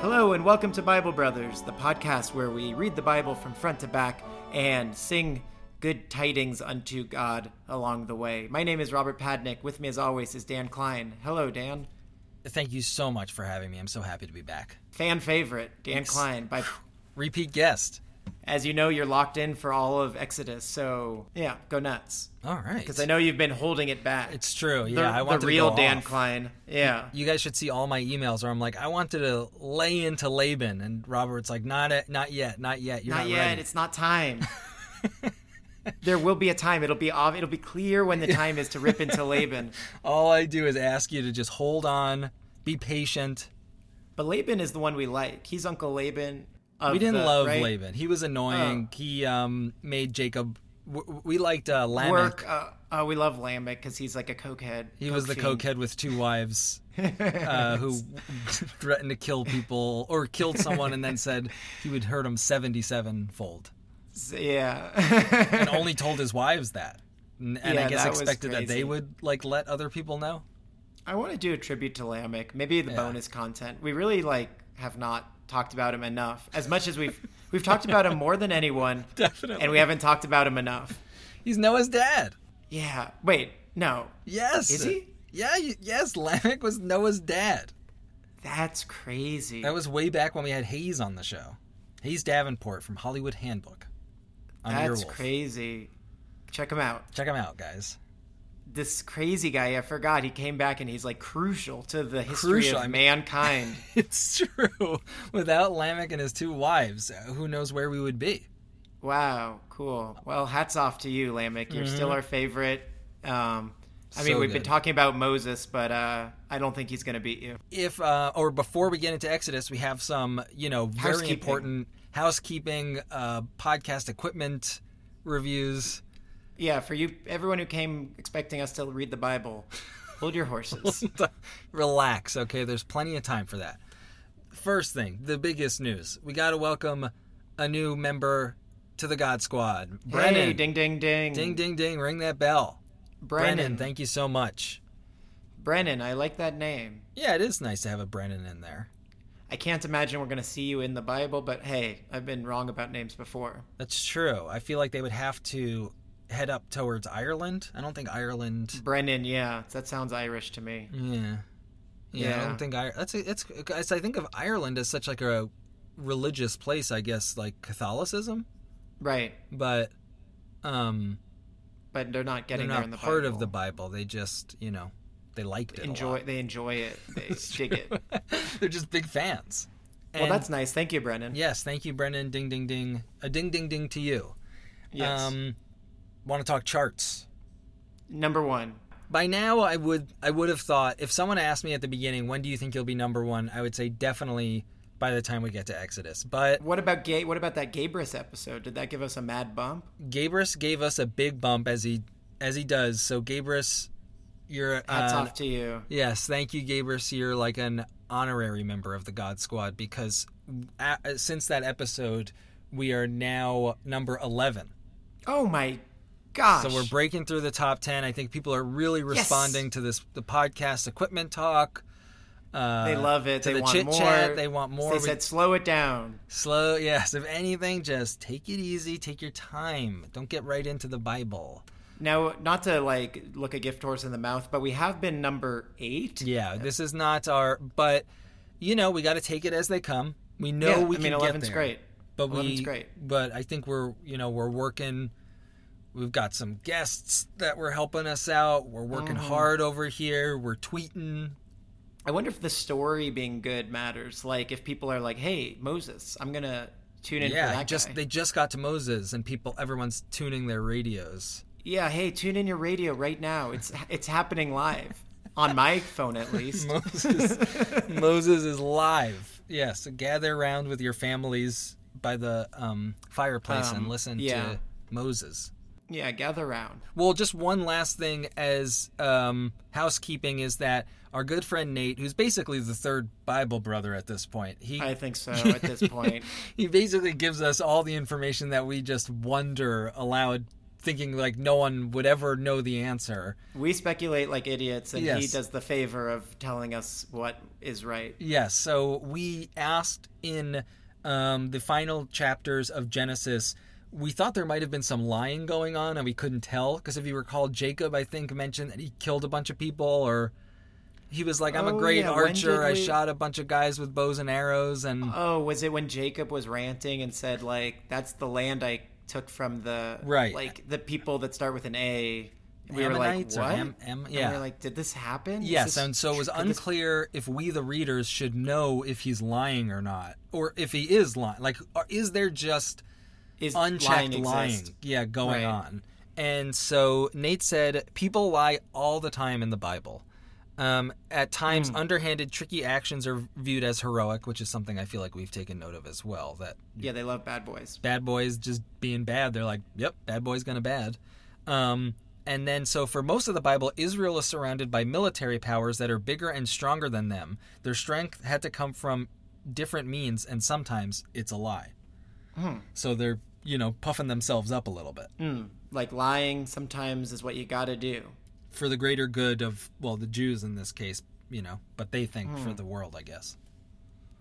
Hello, and welcome to Bible Brothers, the podcast where we read the Bible from front to back and sing good tidings unto God along the way. My name is Robert Padnick. With me, as always, is Dan Klein. Hello, Dan. Thank you so much for having me. I'm so happy to be back. Fan favorite, Dan Klein. By, Repeat guest. as you know, you're locked in for all of Exodus, so yeah, go nuts. All right. Because I know you've been holding it back. it's true. the, Yeah, I wanted the real to go Dan off. Klein. Yeah. You guys should see all my emails where I'm like, I wanted to lay into Laban, and Robert's like, not it, not yet, not yet. You're not, not yet. ready. It's not time. there will be a time. It'll be ob- it'll be clear when the time is to rip into Laban. all I do is ask you to just hold on, be patient. But Laban is the one we like. He's Uncle Laban. of We didn't the- love right? Oh. Laban. He was annoying. He um made Jacob. w- w- We liked uh, Lamech. Work. Uh, oh, we love Lamech because he's like a cokehead. He was the cokehead with two wives uh, who threatened to kill people or killed someone and then said he would hurt him 77 fold. Yeah. And only told his wives that. N- And Yeah, I guess that was expected that crazy. they would like let other people know. I want to do a tribute to Lamech. Maybe the bonus content. We really like have not talked about him enough. As much as we've we've talked about him more than anyone, Definitely. and we haven't talked about him enough. He's Noah's dad. Yeah. Wait. No. Yes. Is he? Yeah, y- yes, Lamech was Noah's dad. That's crazy. That was way back when we had Hayes on the show. Hayes Davenport from Hollywood Handbook. On That's Earwolf. crazy. Check him out. Check him out, guys. This crazy guy, I forgot, he came back and he's like crucial to the history Crucial, of I mean- mankind. It's true. Without Lamech and his two wives, who knows where we would be? wow, cool. Well, hats off to you, Lamech. You're still our favorite. Um, I mean, Mm-hmm. So we've been good. talking about Moses, but uh, I don't think he's going to beat you. If uh, or before we get into Exodus, we have some you know very Housekeeping. important housekeeping uh, podcast equipment reviews. Yeah, for you, everyone who came expecting us to read the Bible, hold your horses. Relax, okay? There's plenty of time for that. First thing, the biggest news: we got to welcome a new member to the God Squad, Brennan. Hey, ding, ding, ding. ding, ding, ding! Ring that bell, Brennan. Brennan. Thank you so much. Brennan, I like that name. Yeah, it is nice to have a Brennan in there. I can't imagine we're going to see you in the Bible, but hey, I've been wrong about names before. That's true. I feel like they would have to head up towards Ireland. I don't think Ireland. Brennan, yeah, that sounds Irish to me. Yeah, yeah. I Yeah. don't think I. That's a, it's. it's- I think of Ireland as such like a religious place. I guess like Catholicism, Right, but um, but they're not they're getting there not in the part Bible. of the Bible. They just you know they liked it. enjoy. They enjoy it. They dig it. A lot. they're just big fans. Well, And- that's nice. Thank you, Brennan. yes. Thank you, Brennan. Ding ding ding. A ding ding ding to you. Yes. Um, want to talk charts? Number one. By now, I would I would have thought if someone asked me at the beginning, when do you think you'll be number one? I would say definitely by the time we get to Exodus. But What about gay? What about that Gabrus episode? Did that give us a mad bump? Gabrus gave us a big bump as he as he does. So Gabrus, you're Hats uh, off to you. yes, thank you, Gabrus. You're like an honorary member of the God Squad because a- since that episode, we are now number eleven. Oh my gosh. So we're breaking through the top ten. I think people are really responding to this the podcast equipment talk. Uh, they love it. to they the want chit more. chat. They want more. They We- said slow it down. slow. Yes, if anything, just take it easy. Take your time. Don't get right into the Bible. Now, not to like look a gift horse in the mouth, but we have been number eight. Yeah, this is not our. But you know, we got to take it as they come. We know Yeah, we I mean, can get 11's there. great. But we. 11's great. But I think we're you know we're working. We've got some guests that were helping us out. We're working Mm-hmm. hard over here. We're tweeting. I wonder if the story being good matters. Like if people are like, "Hey, Moses, I'm gonna tune in for Yeah, that just guy." they just got to Moses, and people, everyone's tuning their radios. yeah, hey, tune in your radio right now. It's it's happening live on my phone at least. Moses. Moses is live. Yes, gather around with your families by the um, fireplace and Um, listen yeah. to Moses. yeah, gather round. Well, just one last thing as um, housekeeping is that our good friend Nate, who's basically the third Bible brother at this point, he I think so at this point. he basically gives us all the information that we just wonder aloud thinking like no one would ever know the answer. We speculate like idiots, and he Yes. does the favor of telling us what is right. Yes, so we asked in um, the final chapters of Genesis. We thought there might have been some lying going on, and we couldn't tell because if you recall, Jacob I think mentioned that he killed a bunch of people, or he was like, "I'm Oh, a great yeah, when archer. did I we- shot a bunch of guys with bows and arrows." And Oh, was it when Jacob was ranting and said like, "That's the land I took from the Right. like the people that start with an A." We Ammonites were or like, "What?" Am- Am- And yeah. we were like, "Did this happen?" Is Yes, this- and so it was could this- unclear if we, the readers, should know if he's lying or not, or if he is lying. Like, are- is there just is unchecked lying lying, exist? yeah, going Right. on? And so Nate said, people lie all the time in the Bible. Um, at times, underhanded, tricky actions are viewed as heroic, which is something I feel like we've taken note of as well. That Yeah, they love bad boys. bad boys just being bad. They're like, yep, bad boy's gonna bad. Um, and then, so for most of the Bible, Israel is surrounded by military powers that are bigger and stronger than them. Their strength had to come from different means, and sometimes it's a lie. Hmm. So they're, you know, puffing themselves up a little bit Mm. Like lying sometimes is what you got to do. for the greater good of, well, the Jews in this case, you know, but they think Hmm. for the world, I guess.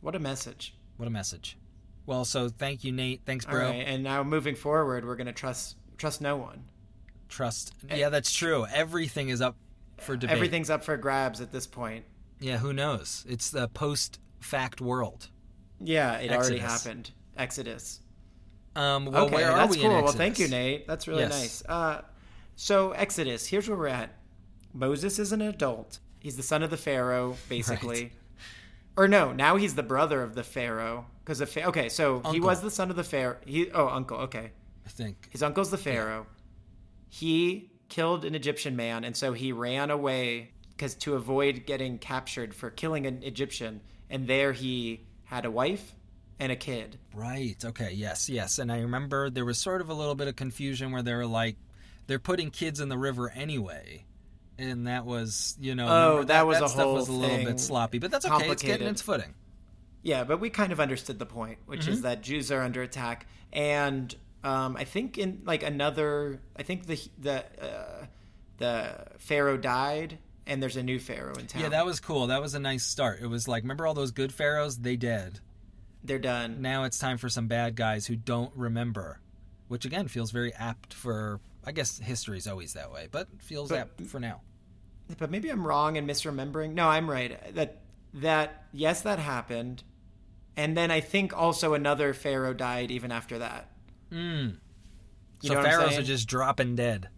What a message. What a message. Well, so thank you, Nate. Thanks, All bro. right, and now moving forward, we're gonna trust trust no one. Trust. Eh. Yeah, that's true. Everything is up for debate. Everything's up for grabs at this point. Yeah, who knows? It's the post fact world. Yeah, it already Exodus. happened. Exodus. Um, well, okay, where are that's we cool. in well, Exodus? thank you, Nate. That's really Yes. nice. Uh, so Exodus. Here's where we're at. Moses is an adult. He's the son of the Pharaoh, basically. Or no, now he's the brother of the Pharaoh. Because the fa- okay, so he Uncle. was the son of the Pharaoh. He oh uncle, okay. I think. His uncle's the Pharaoh. He killed an Egyptian man, and so he ran away because to avoid getting captured for killing an Egyptian. And there he had a wife and a kid. Right. Okay. Yes. Yes. And I remember there was sort of a little bit of confusion where they were like, they're putting kids in the river anyway. And that was, you know, Oh, remember that was a stuff whole was a little thing. bit sloppy, but that's okay. It's Complicated. getting its footing. Yeah, but we kind of understood the point, which Mm-hmm. is that Jews are under attack, and um, I think in like another, I think the the uh, the pharaoh died, and there's a new pharaoh in town. Yeah, that was cool. That was a nice start. It was like, remember all those good pharaohs? They dead. they're done. Now it's time for some bad guys who don't remember, which again feels very apt for. I guess history's always that way, but feels But- apt for now. But maybe I'm wrong and misremembering. No, I'm right. That that yes, that happened, and then I think also another pharaoh died even after that. You Hmm. So know what I'm pharaohs saying? are just dropping dead.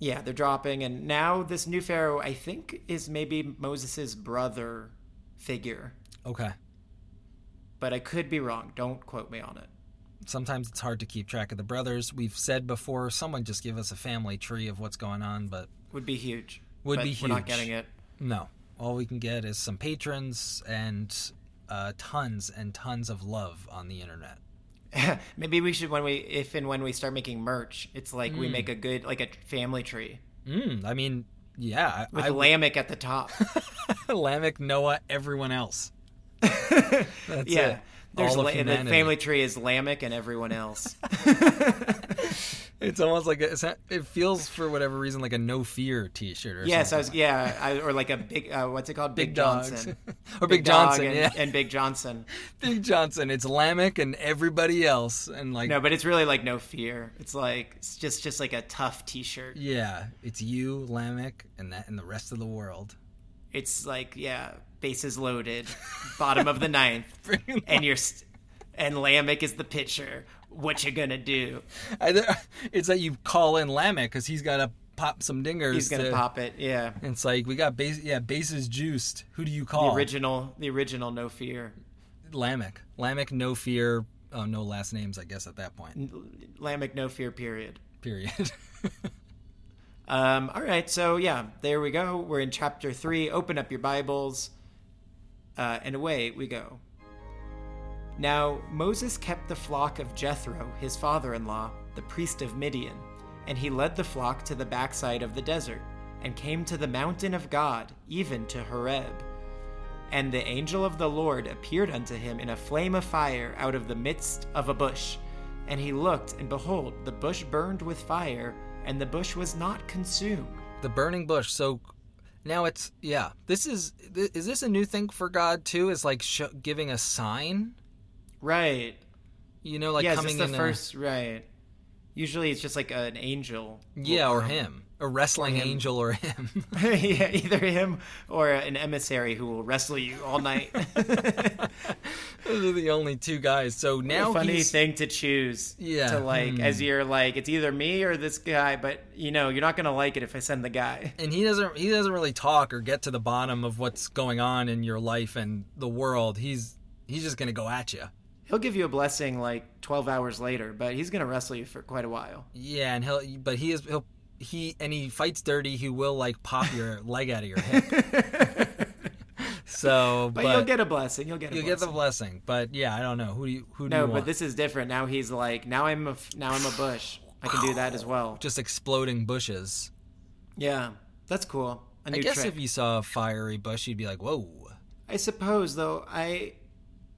Yeah, they're dropping, and now this new pharaoh, I think, is maybe Moses' brother figure. Okay. but I could be wrong. Don't quote me on it. Sometimes it's hard to keep track of the brothers. We've said before, someone just give us a family tree of what's going on, but Would be huge. Would but be We're not huge. getting it. no. All we can get is some patrons and uh, tons and tons of love on the internet. Maybe we should when we if and when we start making merch, it's like Hmm. we make a good like a family tree Mm, I mean, yeah. with I, Lamech at the top. I, Lamech, Noah, everyone else. That's yeah. it. There's All of La- the humanity. family tree is Lamech and everyone else. It's almost like a, it's not- it feels for whatever reason like a no fear T-shirt. Or yes, I something. was yeah, I, or like a big uh, what's it called? Big, Big dogs. Johnson. or Big, Dog Johnson. and, yeah, and Big Johnson. Big Johnson. It's Lamech and everybody else, and like No, but it's really like no fear. It's like it's just just like a tough T-shirt. yeah, it's you, Lamech, and that, and the rest of the world. It's like yeah, bases loaded, bottom of the ninth. Bring- and you're st- and Lamech is the pitcher. What you gonna do? Either it's that you call in Lamech because he's got to pop some dingers. He's gonna to- pop it. Yeah, and It's like we got base, yeah, bases juiced. Who do you call? the original, the original, no fear. Lamech. Lamech, no fear. Oh, no last names, I guess at that point. Lamech, no fear. Period. Period. Um, all right, so yeah, there we go. We're in chapter three. Open up your Bibles, uh, and away we go. Now Moses kept the flock of Jethro, his father-in-law, the priest of Midian, and he led the flock to the backside of the desert, and came to the mountain of God, even to Horeb. And the angel of the Lord appeared unto him in a flame of fire out of the midst of a bush. And he looked, and behold, the bush burned with fire, and the bush was not consumed. The burning bush. So now it's yeah. This is th- is this a new thing for God too? Is like sh- giving a sign. Right. You know, like yeah, it's coming just the in a- first right. Usually it's just like an angel. will yeah, or come. him, a wrestling him. angel, or him. yeah, either him or an emissary who will wrestle you all night. Those are the only two guys. So now funny he's, thing to choose. Yeah, To like hmm. as you're like, it's either me or this guy, but you know, you're not gonna like it if I send the guy. and he doesn't he doesn't really talk or get to the bottom of what's going on in your life and the world. He's he's just gonna go at you. He'll give you a blessing like twelve hours later, but he's gonna wrestle you for quite a while. Yeah, and he'll but he is he'll he and he fights dirty. He will like pop your leg out of your hip. so, but, But, you'll get a blessing. You'll get a you'll get blessing. the blessing. But yeah, I don't know who do you who do no, you want? but this is different. Now he's like, now I'm a f- now I'm a bush. I can do that as well. just exploding bushes. Yeah, that's cool. A new I guess trick. if you saw a fiery bush, you'd be like, "Whoa." I suppose, though, I.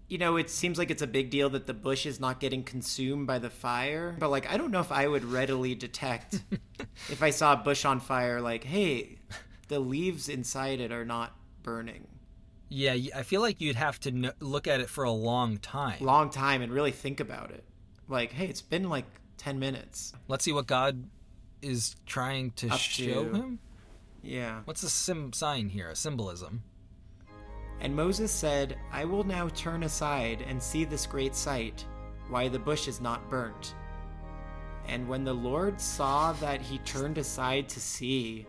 You know, it seems like it's a big deal that the bush is not getting consumed by the fire. But, like, I don't know if I would readily detect if I saw a bush on fire, like, hey, the leaves inside it are not burning. Yeah, y- I feel like you'd have to kn- look at it for a long time. Long time and really think about it. Like, hey, it's been like 10 minutes. Let's see what God is trying to Up show to- him. Yeah. What's the sim- sign here? A symbolism. And Moses said, I will now turn aside and see this great sight, why the bush is not burnt. And when the Lord saw that he turned aside to see,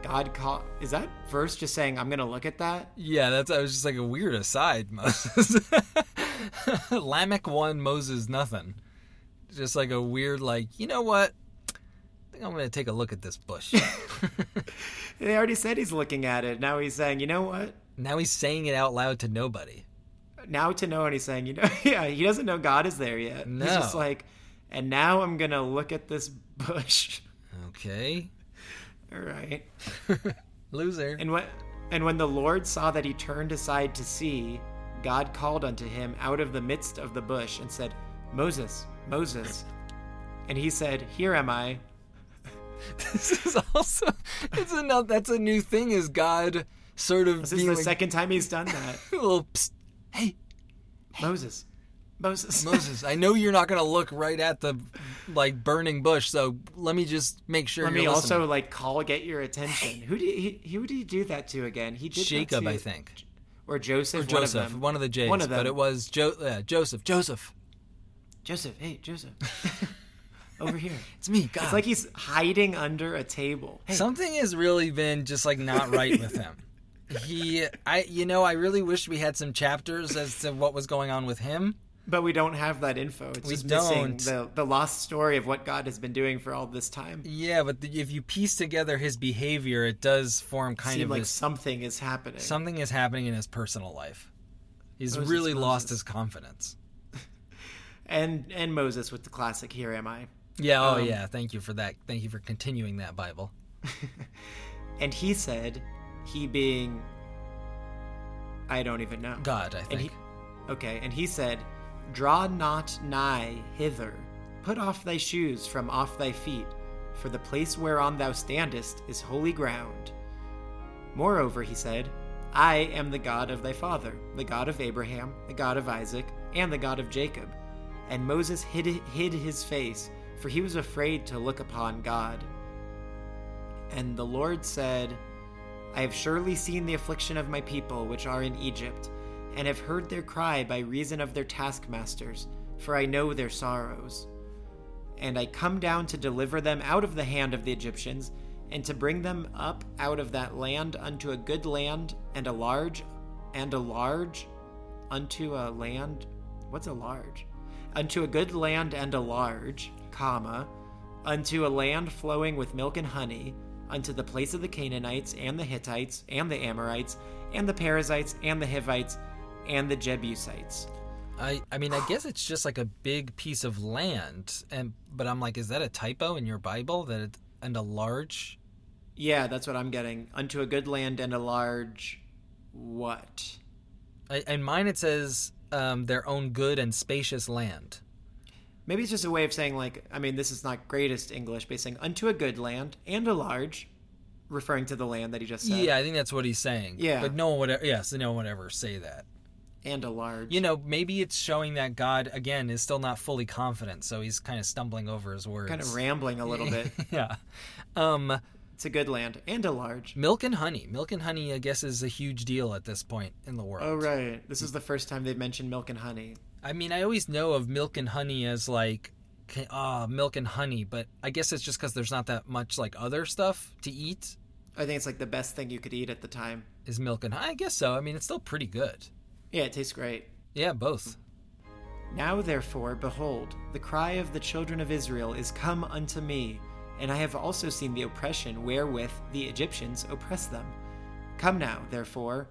God called. Is that verse just saying, I'm going to look at that? Yeah, that's. I was just like a weird aside, Moses. Lamech one, Moses nothing. Just like a weird, like you know what? I think I'm gonna take a look at this bush. They already said he's looking at it. Now he's saying, you know what? now he's saying it out loud to nobody. Now to know, and he's saying, you know, yeah, he doesn't know God is there yet. No. He's just like, and now I'm going to look at this bush. Okay, All right. loser. And when, and when the Lord saw that he turned aside to see, God called unto him out of the midst of the bush and said, Moses, Moses. And he said, Here am I. this is also. It's another. That's a new thing. Is God sort of This is being the like, second time he's done that. little, psst, hey Moses, Moses. Moses, I know you're not gonna look right at the like burning bush, so let me just make sure Let you're me also listening. like call get your attention. Who did he, he? Who did he do that to again? He did that Jacob, to- I think. or Joseph. one of Joseph, them. one of the J's, One of them. but it was jo- yeah, Joseph. Joseph, Joseph. Hey, Joseph, over here. it's me, God. It's like he's hiding under a table. Hey, Something has really been just like not right with him. He, I, you know, I really wish we had some chapters as to what was going on with him. But we don't have that info. It's We just don't. missing the, the lost story of what God has been doing for all this time. Yeah, but the, if you piece together his behavior, it does form kind Seem of like this, something is happening. something is happening in his personal life. He's Moses, really lost Moses. his confidence. and and Moses with the classic "Here am I," Yeah. Oh, Um, yeah. Thank you for that. Thank you for continuing that Bible. and he said, he being, I don't even know. God, I And think. he, okay, and he said, "Draw not nigh hither. Put off thy shoes from off thy feet, for the place whereon thou standest is holy ground." Moreover, he said, "I am the God of thy father, the God of Abraham, the God of Isaac, and the God of Jacob." And Moses hid hid his face, for he was afraid to look upon God. And the Lord said, I have surely seen the affliction of my people which are in Egypt, and have heard their cry by reason of their taskmasters, for I know their sorrows. And I come down to deliver them out of the hand of the Egyptians, and to bring them up out of that land unto a good land, and a large, and a large, unto a land. What's a large? Unto a good land and a large, comma, unto a land flowing with milk and honey, unto the place of the Canaanites and the Hittites and the Amorites and the Perizzites and the Hivites and the Jebusites. I, I mean, I guess it's just like a big piece of land, and but I'm like, is that a typo in your Bible that it, and a large? Yeah, that's what I'm getting. Unto a good land and a large what? I, in mine, it says um, their own good and spacious land. Maybe it's just a way of saying, like, I mean, this is not greatest English, but saying unto a good land and a large, referring to the land that he just said. Yeah, I think that's what he's saying. Yeah. But no one would, e- yes, no one would ever say that. And a large. You know, maybe it's showing that God, again, is still not fully confident, so he's kind of stumbling over his words. kind of rambling a little bit. yeah. Um, It's a good land and a large. milk and honey. Milk and honey, I guess, is a huge deal at this point in the world. Oh, right. This is the first time they've mentioned milk and honey. I mean, I always know of milk and honey as like, ca- ah, milk and honey, but I guess it's just because there's not that much like other stuff to eat I think it's like the best thing you could eat at the time. is milk and honey. I guess so. I mean, it's still pretty good. Yeah, it tastes great. Yeah, both. Now therefore, behold, the cry of the children of Israel is come unto me, and I have also seen the oppression wherewith the Egyptians oppress them. Come now, therefore,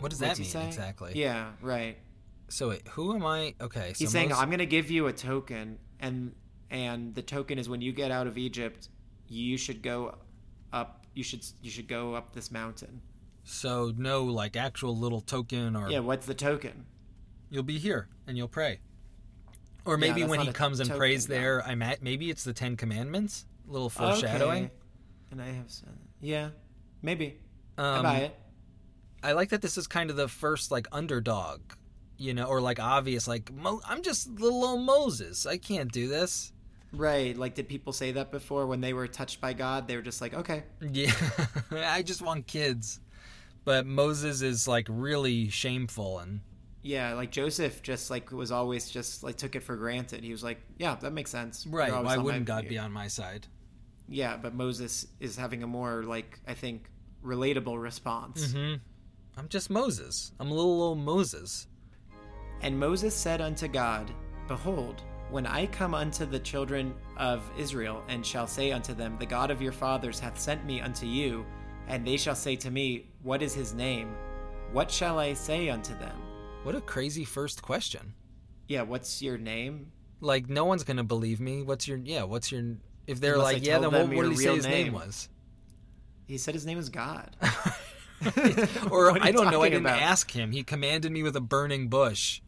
What does what's that he mean saying? exactly? Yeah, right. So wait, who am I? Okay, so He's saying, Mos- I'm going to give you a token, and and the token is when you get out of Egypt, you should go up. You should you should go up this mountain. so no like actual little token or Yeah, what's the token? you'll be here and you'll pray. Or maybe that's when not he a comes and token, prays though. there, I'm at maybe it's the Ten Commandments, a little foreshadowing. Okay. And I have said, yeah, maybe. I Um, buy it. I like that this is kind of the first like underdog, you know, or like obvious like Mo- I'm just little old Moses. I can't do this. Right. Like, did people say that before when they were touched by God? They were just like, okay. Yeah, I just want kids. But Moses is like really shameful and Yeah. Like, Joseph just, like, was always just, like, took it for granted. He was like, yeah, that makes sense. You're right. always Why on my- wouldn't God be on my side? Yeah. But Moses is having a more, like, I think, relatable response. Mm-hmm. I'm just Moses. I'm little old Moses. And Moses said unto God, Behold, when I come unto the children of Israel, and shall say unto them, The God of your fathers hath sent me unto you, and they shall say to me, What is his name? What shall I say unto them? What a crazy first question. Yeah, what's your name? Like no one's gonna believe me. What's your yeah? What's your if they're Unless I like yeah? tell Then them what, what your did he say real his name name. was? He said his name is God. Or What are I you don't know. I talking didn't about? ask him. He commanded me with a burning bush.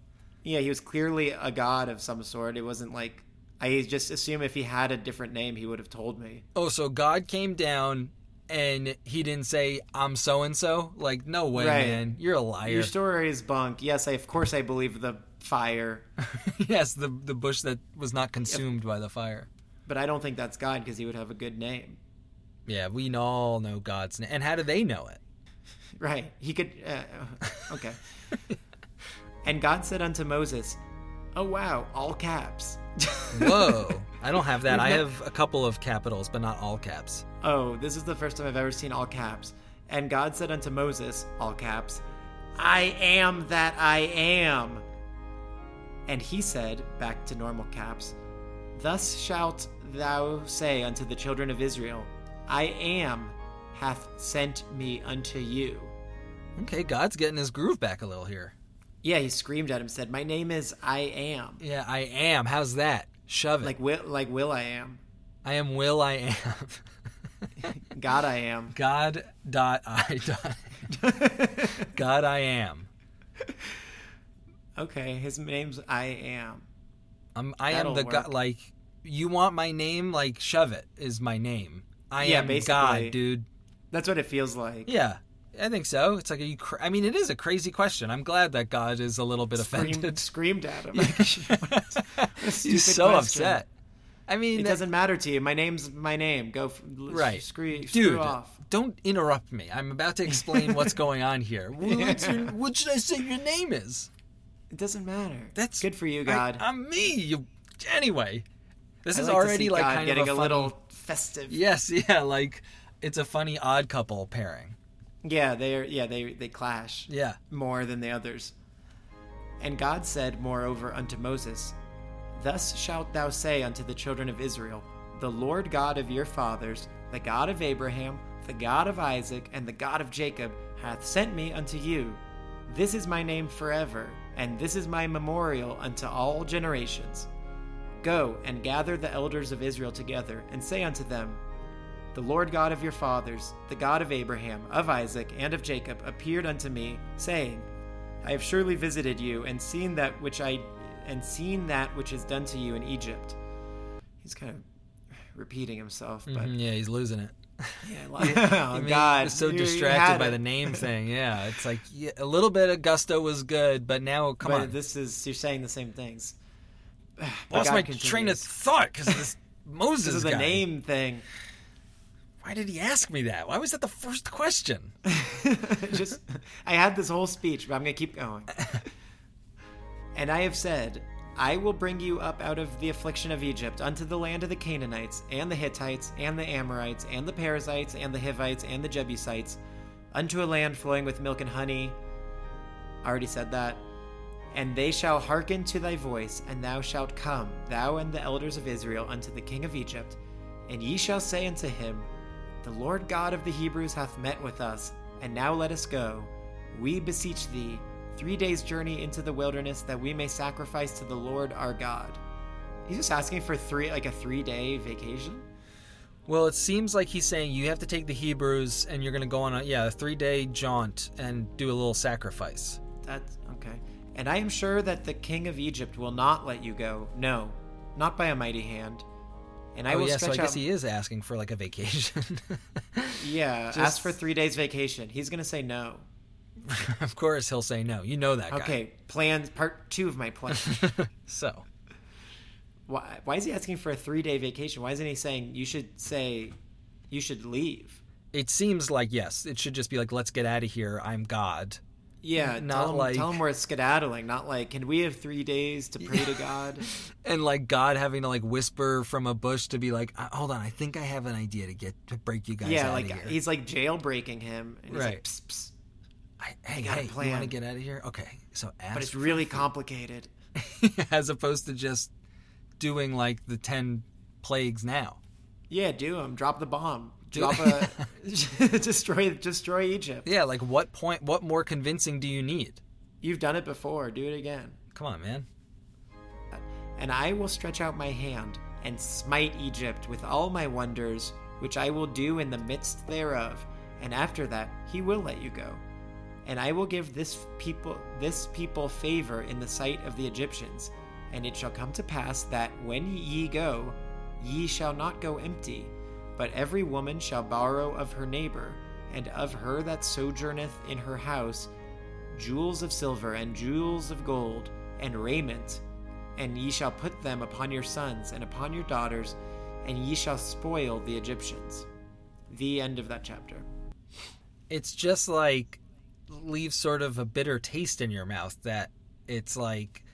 Yeah, he was clearly a god of some sort. It wasn't like I just assume if he had a different name, he would have told me. Oh, so God came down and he didn't say I'm so and so. Like no way, Right. man. You're a liar. Your story is bunk. Yes, I, of course I believe the fire, yes, the the bush that was not consumed by the fire. but I don't think that's God because he would have a good name. Yeah, we all know God's name. And how do they know it? Right. He could. Uh, okay. and God said unto Moses, Oh, wow, all caps. Whoa. I don't have that. I have a couple of capitals, but not all caps. oh, this is the first time I've ever seen all caps. And God said unto Moses, all caps, I am that I am. And he said, back to normal caps, Thus shalt thou say unto the children of Israel, I am hath sent me unto you. Okay, God's getting his groove back a little here. Yeah, he screamed at him, said, My name is I am. Yeah, I am. How's that? Shove it. like will like will i am I am Will I am. god i am God dot I dot God I am. okay his name's i am I'm I That'll am the God work. like you want my name, like shove it is my name. I Yeah, am basically. God, dude. that's what it feels like Yeah. I think so. It's like, are you cra- I mean, it is a crazy question. I'm glad that God is a little bit screamed, offended. screamed at him He's so question. upset. I mean, uh, it that- doesn't matter to you my name's my name go f- l- right. screw, Dude, screw off don't interrupt me. I'm about to explain what's going on here. What's your- what should I say your name is? it doesn't matter That's good for you I- god I'm me. You, anyway, this I is like to already see like god kind getting of a, funny- little festive yeah, Yes, yeah, like it's a funny odd couple pairing. they're yeah they they clash Yeah. more than the others and god said moreover unto moses Thus shalt thou say unto the children of Israel, The Lord God of your fathers, the God of Abraham, the God of Isaac, and the God of Jacob, hath sent me unto you. This is my name forever, and this is my memorial unto all generations. Go and gather the elders of Israel together, and say unto them, The Lord God of your fathers, the God of Abraham, of Isaac, and of Jacob, appeared unto me, saying, I have surely visited you, and seen that which I and seen that which is done to you in Egypt. He's kind of repeating himself, but Mhm, yeah, he's losing it. yeah, I like- oh I mean, God, he was so you- you distracted had by it. the name thing. Yeah, it's like yeah, a little bit of gusto was good, but now come but on, this is you're saying the same things. But lost God my continues. train of thought because this Moses This is the guy. name thing. Why did he ask me that? Why was that the first question? Just I had this whole speech, but I'm gonna keep going. and I have said, I will bring you up out of the affliction of Egypt unto the land of the Canaanites, and the Hittites, and the Amorites, and the Perizzites, and the Hivites, and the Jebusites, unto a land flowing with milk and honey. I already said that. And they shall hearken to thy voice, and thou shalt come, thou and the elders of Israel, unto the king of Egypt. And ye shall say unto him, The Lord God of the Hebrews hath met with us, and now let us go. We beseech thee, three days' journey into the wilderness, that we may sacrifice to the Lord our God. He's just asking for three, like a three-day vacation. Well, it seems like he's saying you have to take the Hebrews and you're going to go on a yeah a three day jaunt and do a little sacrifice. That's okay. And I am sure that the king of Egypt will not let you go. No, not by a mighty hand. And I oh will yeah, so I stretch guess out. he is asking for like a vacation. yeah, ask just- for three days vacation. He's gonna say no. of course, he'll say no. You know that guy. Okay, plan part two of my plan. So why, why is he asking for a three day vacation? Why isn't he saying you should say you should leave? it seems like yes, it should just be like let's get out of here. I'm God. Yeah, Not tell him, like- tell him we're skedaddling, not like can we have three days to pray to God? and like God having to like whisper from a bush to be like, "Uh, hold on, I think I have an idea to get to break you guys yeah, out like of here. he's like jailbreaking him. And he's Right. Like, psst, psst, I, hey, got a hey, you plan. want to get out of here? Okay, so ask. but it's really complicated. as opposed to just doing like the ten plagues now. Yeah, do him. Drop the bomb. Drop a destroy destroy Egypt. Yeah, like what point? What more convincing do you need? You've done it before. Do it again. Come on, man. And I will stretch out my hand and smite Egypt with all my wonders, which I will do in the midst thereof. And after that, he will let you go. And I will give this people this people favor in the sight of the Egyptians. And it shall come to pass that when ye go, ye shall not go empty, but every woman shall borrow of her neighbor, and of her that sojourneth in her house, jewels of silver and jewels of gold and raiment and ye shall put them upon your sons and upon your daughters and ye shall spoil the egyptians the end of that chapter It's just like leaves sort of a bitter taste in your mouth that it's like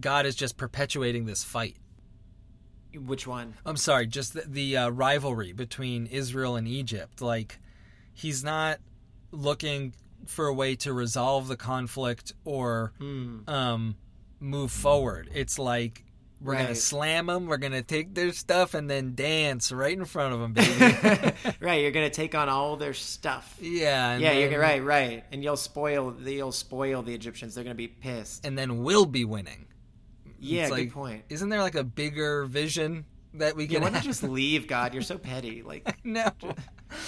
God is just perpetuating this fight. which one I'm sorry, just the, the uh, rivalry between Israel and Egypt. Like, he's not looking for a way to resolve the conflict or Hmm. um, move forward. It's like we're gonna Right. slam them, we're gonna take their stuff, and then dance right in front of them, baby. right you're gonna take on all their stuff yeah, and yeah then, you're right right and you'll spoil the you'll spoil the egyptians they're gonna be pissed And then we'll be winning. yeah It's good like, point Isn't there like a bigger vision that we yeah, can why not have? just leave god you're so petty like no.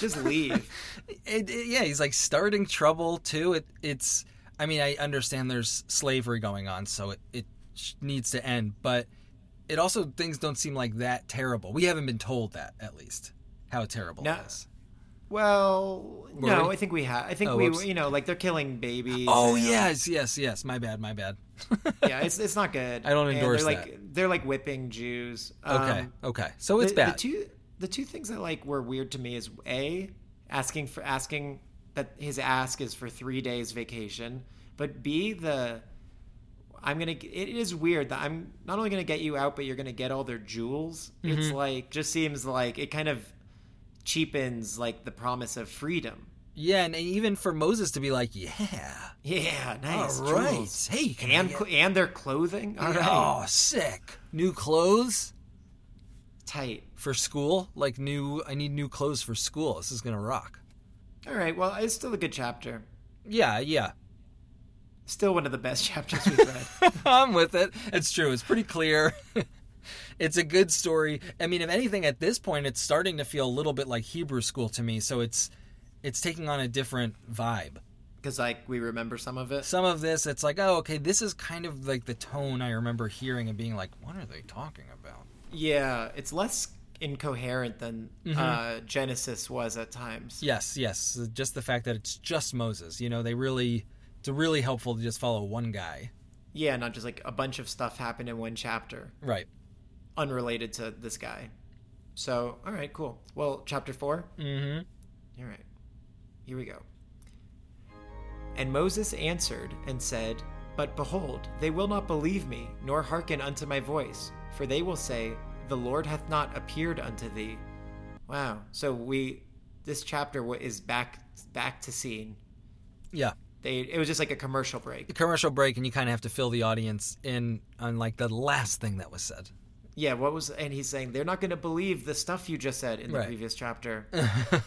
just leave it, it- yeah, he's like starting trouble too. It, it's, I mean, I understand there's slavery going on, so it, it sh- needs to end, but it also, things don't seem like that terrible. We haven't been told that, at least, how terrible No. it is. well no we- i think we have i think Oh, we whoops. you know like they're killing babies Oh, and- yes, yes, yes. My bad, my bad. yeah it's, it's not good I don't And endorse they're like they're like whipping jews okay, Um, okay. So it's the, bad. The two the two things that like were weird to me is a asking for asking that his ask is for three days vacation, but b the I'm gonna. It is weird that I'm not only gonna get you out, but you're gonna get all their jewels. Mm-hmm. It's like just seems like it kind of cheapens like the promise of freedom. Yeah, and even for Moses to be like, yeah, Yeah, nice. all right, jewels. hey, can I And get- cl- and their clothing. All right, oh, sick, new clothes tight. for school, like new. I need new clothes for school. This is gonna rock. All right. Well, it's still a good chapter. Yeah, yeah, Still one of the best chapters we've read. I'm with it. It's true. It's pretty clear. it's a good story. I mean, if anything, at this point, it's starting to feel a little bit like Hebrew school to me. So it's it's taking on a different vibe. because like we remember some of it. Some of this, it's like, oh, okay, this is kind of like the tone I remember hearing and being like, what are they talking about? Yeah, it's less incoherent than uh, Genesis was at times. Yes, yes. Just the fact that it's just Moses. You know, they really it's really helpful to just follow one guy. Yeah, not just like a bunch of stuff happened in one chapter Right. unrelated to this guy. So, all right, cool. Well, chapter 4 Mm-hmm. All right. Here we go. And Moses answered and said, But behold, they will not believe me, nor hearken unto my voice, for they will say, The Lord hath not appeared unto thee. Wow. So we, this chapter wa- is back back to scene. Yeah. They it was just like a commercial break. Commercial break and you kinda have to fill the audience in on like the last thing that was said. Yeah. What was? And he's saying they're not going to believe the stuff you just said in the Right. previous chapter.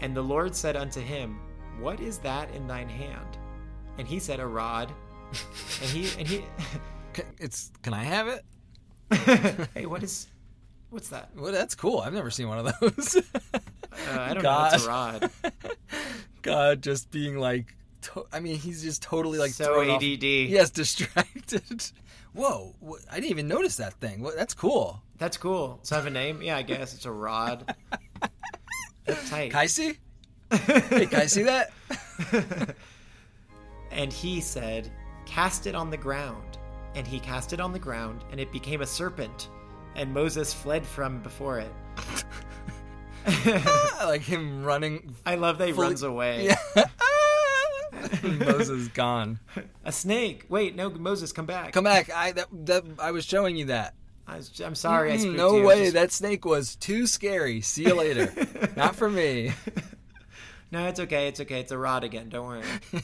And the Lord said unto him, What is that in thine hand? And he said, A rod. And he and he C- it's can I have it? Hey, what is what's that? Well, that's cool. I've never seen one of those. Uh, I don't know, it's a rod. God, just being like, to- I mean, he's just totally like so thrown off- ADD. Yes, distracted. Whoa, wh- I didn't even notice that thing. Wha- That's cool. That's cool. Does it have a name? Yeah, I guess. It's a rod. That's tight. Can I see? Hey, can I see that? And he said, Cast it on the ground. And he cast it on the ground, and it became a serpent. And Moses fled from before it. Ah, like him running. I love that he runs away. Yeah. Moses gone. A snake. Wait, no, Moses, come back. Come back. I that, that I was showing you that. I was, I'm sorry. I spooked No you. I was way. just- That snake was too scary. See you later. Not for me. No, it's okay. It's okay. It's a rod again. Don't worry.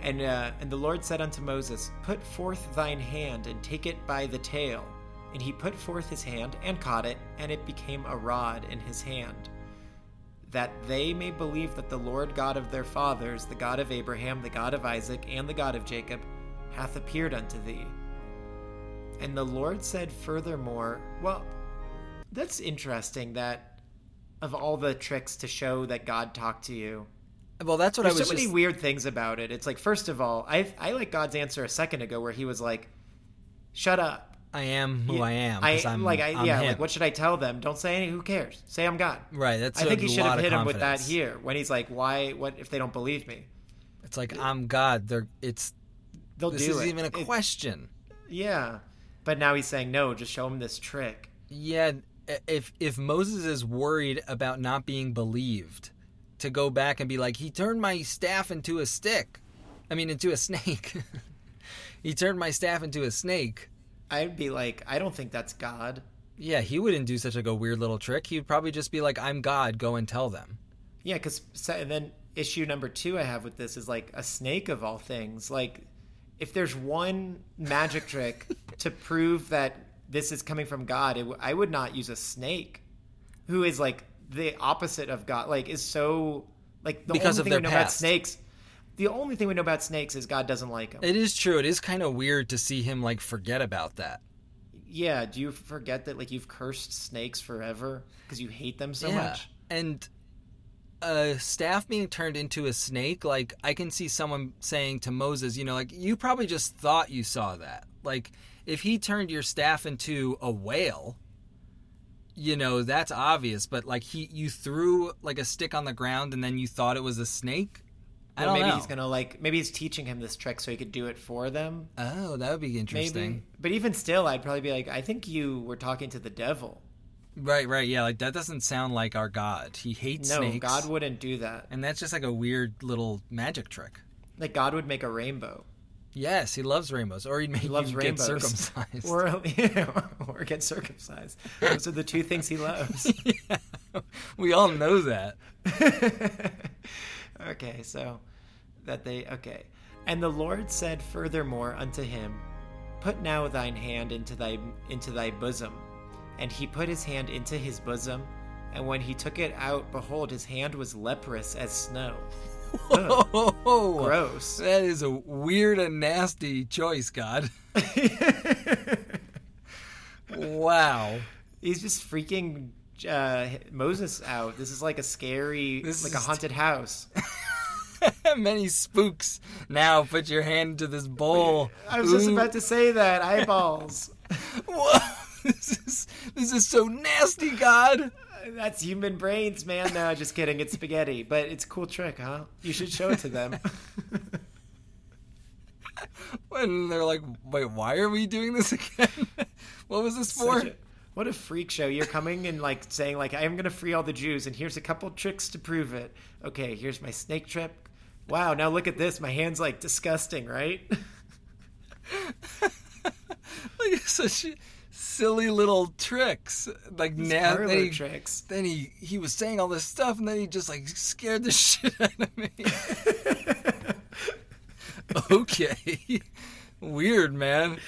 and uh, and the Lord said unto Moses, Put forth thine hand and take it by the tail. And he put forth his hand and caught it, and it became a rod in his hand. That they may believe that the Lord God of their fathers, the God of Abraham, the God of Isaac, and the God of Jacob, hath appeared unto thee. And the Lord said furthermore, Well, that's interesting that of all the tricks to show that God talked to you. Well, that's what I There's was so many just. weird things about it. It's like, first of all, I I like God's answer a second ago where he was like, "Shut up." I am who I am. I 'cause I'm like I I'm yeah. him. Like, what should I tell them? Don't say any. Who cares? Say I'm God. Right. That's. I a think he should lot have of hit him with that confidence. here when he's like, "Why? What if they don't believe me? It's like I'm God. They're. It's. They'll This do isn't it." even a It- question. yeah, but now he's saying no. Just show him this trick. Yeah. If if Moses is worried about not being believed, to go back and be like, he turned my staff into a stick. I mean, into a snake. he turned my staff into a snake. I'd be like, I don't think that's God. Yeah, he wouldn't do such like a weird little trick. He'd probably just be like, "I'm God. Go and tell them." Yeah, because and then issue number two I have with this is like a snake of all things. Like, if there's one magic trick to prove that this is coming from God, it, w- I would not use a snake, who is like the opposite of God. Like, is so like the Because only of thing their we know about past. snakes. The only thing we know about snakes is God doesn't like them. It is true. It is kind of weird to see him like forget about that. yeah, do you forget that like you've cursed snakes forever because you hate them so much? And a staff being turned into a snake, like I can see someone saying to Moses, you know, like you probably just thought you saw that. Like if he turned your staff into a whale, you know, that's obvious, but like he you threw like a stick on the ground and then you thought it was a snake? I Well, don't maybe know. he's gonna like maybe he's teaching him this trick so he could do it for them. Oh, that would be interesting. Maybe. But even still, I'd probably be like, I think you were talking to the devil. Right, right. Yeah, like that doesn't sound like our god. He hates No, snakes. God wouldn't do that. and that's just like a weird little magic trick. Like, God would make a rainbow. Yes, he loves rainbows, or he'd make He loves you rainbows. get circumcised. Or, or get circumcised. Those are the two things he loves. we all know that. okay, so that they okay. And the Lord said furthermore unto him, Put now thine hand into thy into thy bosom. And he put his hand into his bosom, and when he took it out, behold, his hand was leprous as snow. Ugh, Whoa. gross. That is a weird and nasty choice, God. wow. He's just freaking uh, Moses out. This is like a scary, This like a is- haunted house. Many spooks. Now put your hand into this bowl. I was just Ooh. about to say that eyeballs. Whoa. This is this is so nasty, God. That's human brains, man. No, just kidding. It's spaghetti, but it's a cool trick, huh? You should show it to them. And they're like, wait, why are we doing this again? what was this for? Such a- what a freak show! You're coming and like saying like I am gonna free all the Jews, and here's a couple tricks to prove it. Okay, here's my snake trip. Wow, now look at this. My hand's like disgusting, right? like such silly little tricks. Like now Parlor then he, tricks. then he he was saying all this stuff and then he just like scared the shit out of me. okay. Weird, man.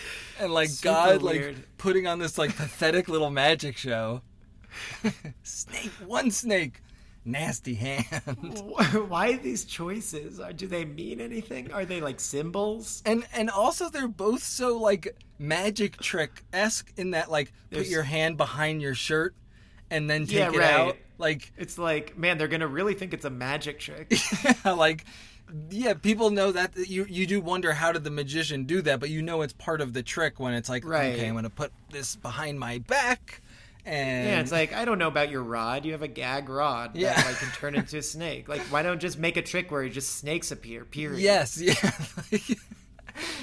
And like Super God like weird. putting on this like pathetic little magic show. snake, one snake. Nasty hand. Wh- Why these choices? Are- Do they mean anything? Are they like symbols? and and also they're both so like magic trick esque in that like put There's- your hand behind your shirt and then take Yeah, it right. out like It's like, man, they're gonna really think it's a magic trick. like yeah people know that that you you do wonder how did the magician do that but you know it's part of the trick when it's like Right. okay I'm gonna put this behind my back and Yeah, it's like I don't know about your rod. You have a gag rod that Yeah. like can turn into a snake. Like, why don't just make a trick where just snakes appear? Period. yes yeah like,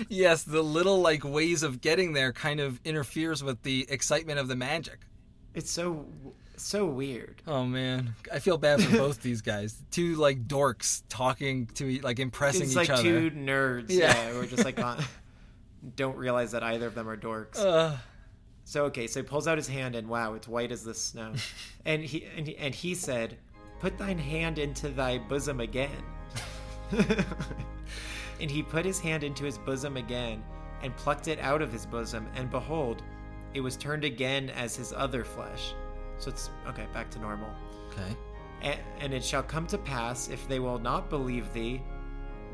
yes the little like ways of getting there kind of interferes with the excitement of the magic. it's so so weird. Oh man, I feel bad for both these guys. Two like dorks talking to e- like impressing It's each like other. two nerds. Yeah. Yeah, who are just like not, don't realize that either of them are dorks. Ugh. So okay, so he pulls out his hand and wow, it's white as the snow. and he and, he- and he said, "Put thine hand into thy bosom again." and he put his hand into his bosom again and plucked it out of his bosom and behold, it was turned again as his other flesh. So it's okay, back to normal. okay. A- And it shall come to pass, if they will not believe thee,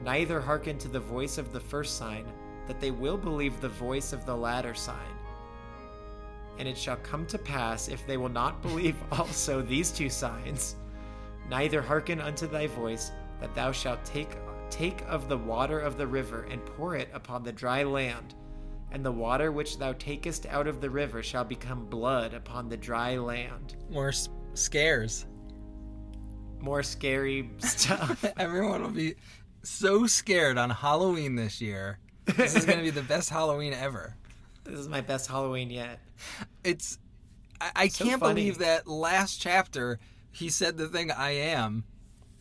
neither hearken to the voice of the first sign, that they will believe the voice of the latter sign. And it shall come to pass, if they will not believe also these two signs, neither hearken unto thy voice, that thou shalt take take of the water of the river and pour it upon the dry land, and the water which thou takest out of the river shall become blood upon the dry land. More s- scares. More scary stuff. Everyone will be so scared on Halloween this year. This is going to be the best Halloween ever. This is my best Halloween yet. It's I, I can't funny. believe that last chapter he said the thing I am.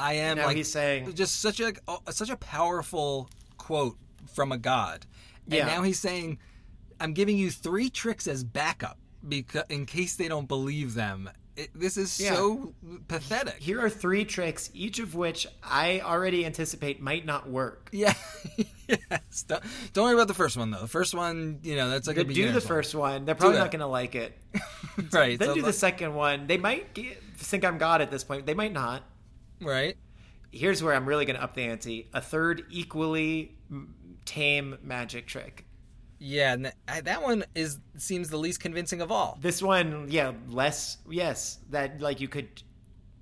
I am Now like he's saying- just such a oh, such a powerful quote from a god. And Yeah. now he's saying I'm giving you three tricks as backup because in case they don't believe them. It, this is Yeah. so pathetic. Here are three tricks, each of which I already anticipate might not work. yeah. yes. Don't, don't worry about the first one though. The first one, you know, that's like a But do the beginner's one. first one. They're probably that. not going to like it. right. Then so do the let- second one. They might get, think I'm God at this point. They might not. right. Here's where I'm really going to up the ante a third equally m- tame magic trick. Yeah, and that, I, that one is seems the least convincing of all. This one, yeah, less. Yes, that like you could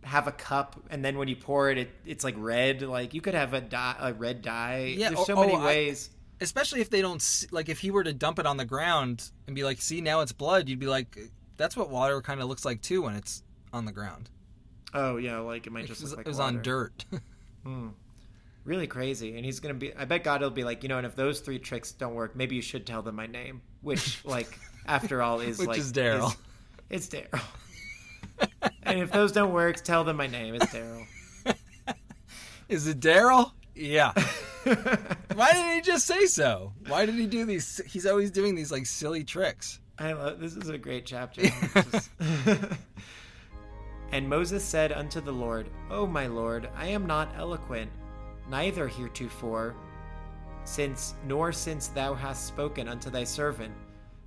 have a cup and then when you pour it, it it's like red. Like you could have a, dye, a red dye. Yeah, There's so oh- many oh, I- ways. especially if they don't see, like if he were to dump it on the ground and be like see now it's blood you'd be like that's what water kind of looks like too when it's on the ground Oh yeah, like it might it just was, look like it was water. on dirt Really crazy, and he's gonna be. I bet God will be like, you know, and if those three tricks don't work, maybe you should tell them my name, which, like, after all, is Which like is Daryl. It's Daryl. and if those don't work, tell them my name. It's Daryl. is it daryl yeah why didn't he just say so why did he do these he's always doing these like silly tricks I love this. Is a great chapter. It's just- And Moses said unto the Lord, O my Lord, I am not eloquent, neither heretofore, since nor since thou hast spoken unto thy servant,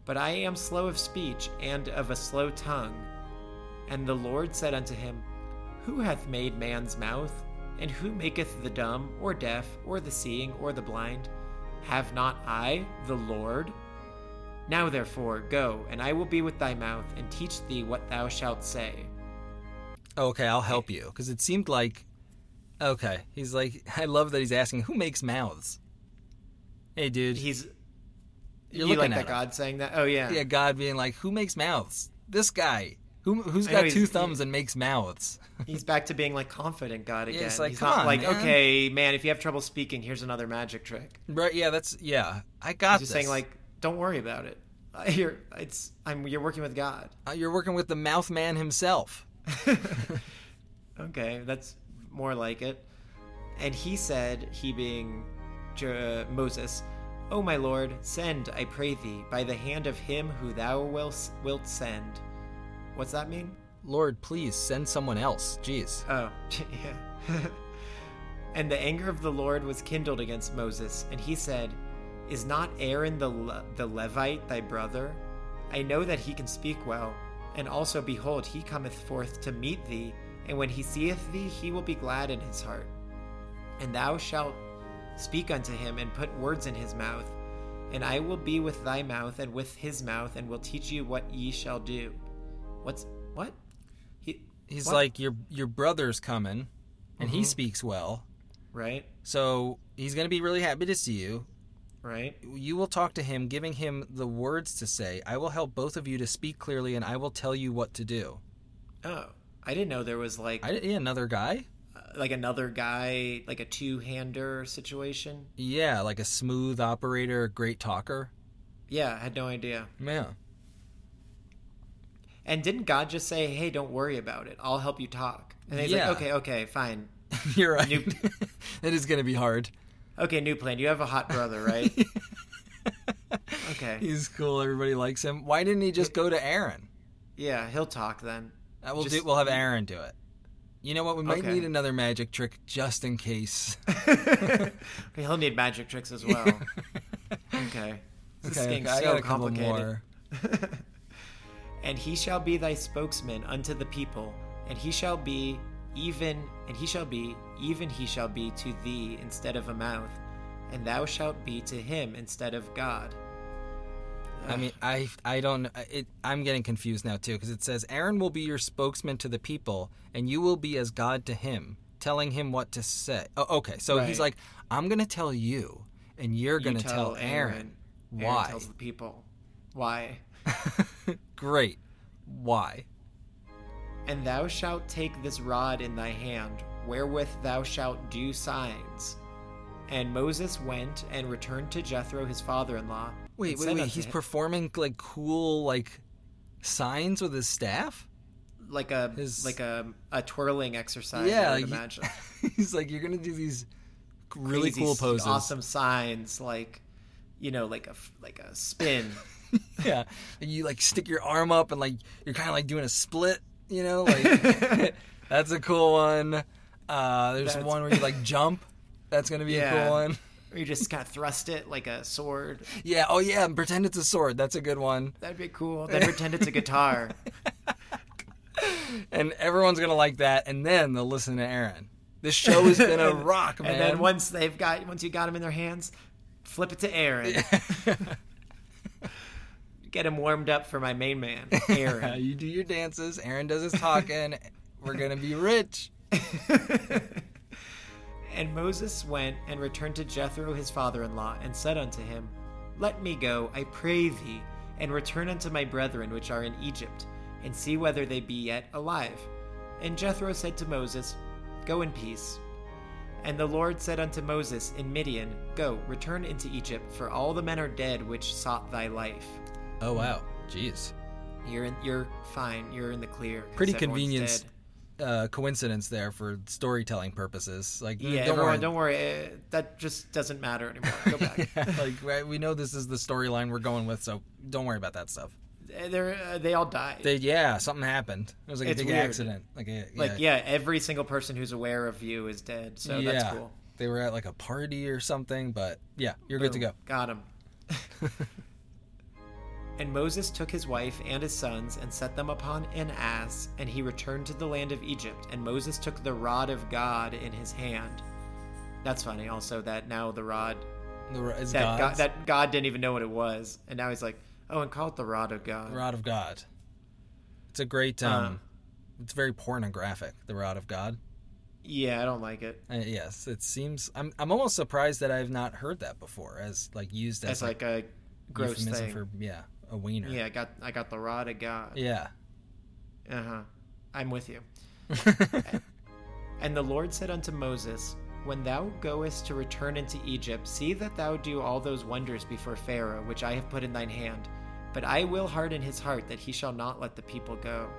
but I am slow of speech and of a slow tongue. And the Lord said unto him, Who hath made man's mouth? And who maketh the dumb, or deaf, or the seeing, or the blind? Have not I, the Lord? Now therefore, go, and I will be with thy mouth, and teach thee what thou shalt say. Oh, Okay, I'll help you because it seemed like okay. He's like, I love that he's asking who makes mouths. Hey, dude, He's you you're like looking at that him. God saying that? Oh yeah. Yeah, God being like, who makes mouths? This guy who who's I know got two he's- thumbs and makes mouths. He's back to being like confident God again. it's like, He's come not on, like, man. okay, man, if you have trouble speaking, here's another magic trick. Right? Yeah, that's yeah. I got He's just this. saying like, don't worry about it. Uh, You're it's I'm you're working with God. Uh, you're working with the mouth man himself. Okay, that's more like it. And he said, he being Jer- Moses, O my Lord, send, I pray thee, by the hand of him who thou wilt, wilt send. What's that mean? Lord, please send someone else. Jeez. Oh, yeah. and the anger of the Lord was kindled against Moses, and he said, Is not Aaron the, Le- the Levite thy brother? I know that he can speak well. And also, behold, he cometh forth to meet thee, and when he seeth thee, he will be glad in his heart. And thou shalt speak unto him, and put words in his mouth. And I will be with thy mouth, and with his mouth, and will teach you what ye shall do. What's. What? He, He's what? Mm-hmm. like your your brother's coming, and he speaks well, Right? so he's gonna be really happy to see you. Right? You will talk to him, giving him the words to say. I will help both of you to speak clearly, and I will tell you what to do. Oh, I didn't know there was like uh, I yeah, another guy. like another guy, like a two-hander situation. Yeah, like a smooth operator, great talker. Yeah, I had no idea. Yeah. And didn't God just say, "Hey, don't worry about it. I'll help you talk." And he's Yeah. like, "Okay, okay, fine. You're right. Nope. that is going to be hard. Okay, new plan. You have a hot brother, right?" okay. He's cool. Everybody likes him. Why didn't he just go to Aaron? Yeah, he'll talk then. Uh, We'll, Just- do, we'll have Aaron do it. You know what? We might Okay. need another magic trick just in case. he'll need magic tricks as well. okay. This is getting I got so a couple complicated. more. and he shall be thy spokesman unto the people and he shall be even and he shall be even he shall be to thee instead of a mouth and thou shalt be to him instead of god I mean, I I don't. know. It, I'm getting confused now too because it says Aaron will be your spokesman to the people, and you will be as God to him, telling him what to say. Oh, okay, so he's Right. like, I'm gonna tell you, and you're You gonna tell, Aaron Aaron, why. tells the people why Great. Why? and thou shalt take this rod in thy hand wherewith thou shalt do signs and moses went and returned to jethro his father-in-law Wait, and wait, said wait. unto He's him- performing like cool like signs with his staff. like a His- like a, a twirling exercise. I Yeah, would you- imagine he's like, you're gonna do these really Crazy, cool poses. awesome signs like you know like a f- like a spin. yeah, And you like stick your arm up and like you're kind of like doing a split. You know, like that's a cool one. Uh, there's That's- one where you like jump. That's gonna be a Yeah. cool one. or you just kind of thrust it like a sword. Yeah. Oh yeah. and Pretend it's a sword. That's a good one. That'd be cool. Then pretend it's a guitar. And everyone's gonna like that. And then they'll listen to Aaron. This show is gonna And- rock, man. And then once they've got once you got them in their hands, flip it to Aaron. Get him warmed up for my main man, Uh, Aaron. you do your dances. Aaron does his talking. We're gonna be rich. And Moses went and returned to Jethro his father in law, and said unto him, Let me go, I pray thee, and return unto my brethren which are in Egypt, and see whether they be yet alive. And Jethro said to Moses, Go in peace. And the Lord said unto Moses in Midian, Go, return into Egypt, for all the men are dead which sought thy life. Oh wow, jeez, You're in, you're fine. You're in the clear. 'cause pretty everyone's convenient dead. uh, coincidence there for storytelling purposes. Like, Yeah, don't everyone, worry. don't worry. eh, That just doesn't matter anymore. Go back. like right, we know this is the storyline we're going with, so don't worry about that stuff. they're uh, they all died. They, yeah, something happened. It was like a It's big weird. accident. Like, a, yeah, like yeah, every single person who's aware of you is dead. So that's cool. They were at like a party or something, but yeah, you're good to Boom. go. Got him. and Moses took his wife and his sons and set them upon an ass, and he returned to the land of Egypt. And Moses took the rod of God in his hand. That's funny. Also, that now the rod The ro- is that God, God's that God didn't even know what it was, and now he's like, oh, and call it the rod of God. rod of God. It's a Uh. great. Um, it's very pornographic. The rod of God. Yeah, I don't like it. Uh, yes, it seems. I'm I'm almost surprised that I've not heard that before as like used as That's like a gross euphemism thing. for yeah a wiener. Yeah, I got I got the rod of God. Yeah. Uh huh. I'm with you. And the Lord said unto Moses, When thou goest to return into Egypt, see that thou do all those wonders before Pharaoh, which I have put in thine hand. But I will harden his heart that he shall not let the people go.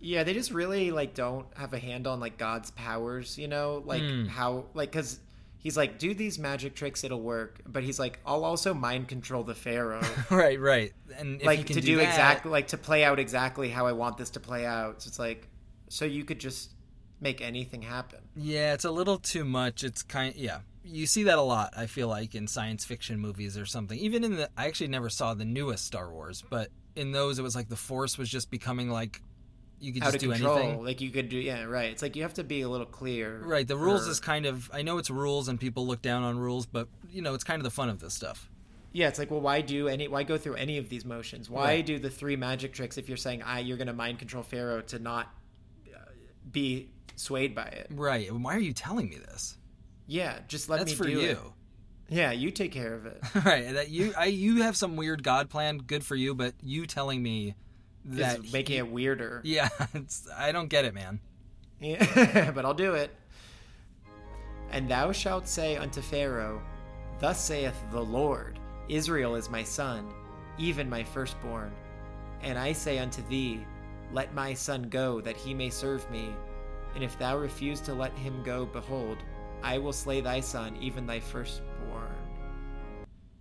Yeah, they just really like don't have a hand on like God's powers, you know, like Hmm. how like because he's like do these magic tricks, it'll work. But he's like, I'll also mind control the Pharaow, right. Right. And if you like can to do, that- exactly like to play out exactly how I want this to play out. So it's like, so you could just make anything happen. Yeah, it's a little too much. It's kind yeah. You see that a lot, I feel like, in science fiction movies or something. Even in the I actually never saw the newest Star Wars, but in those it was like the force was just becoming like you could out just of do control. anything. Like you could do, yeah, right. It's like you have to be a little clear. Right. The rules or- is kind of I know it's rules and people look down on rules, but you know, it's kind of the fun of this stuff. yeah. It's like, well, why do any? Why go through any of these motions? Why Right. do the three magic tricks if you're saying I, you're going to mind control Pharaoh to not uh, be swayed by it? Right. Why are you telling me this? Yeah, just let That's me for do you. it. Yeah, you take care of it. right. That you I you have some weird god plan, good for you, but you telling me that It's making it weirder. Yeah, it's I don't get it, man. Yeah, but I'll do it. And thou shalt say unto Pharaoh, Thus saith the Lord, Israel is my son, even my firstborn. And I say unto thee, Let my son go, that he may serve me. And if thou refuse to let him go, behold, I will slay thy son, even thy firstborn.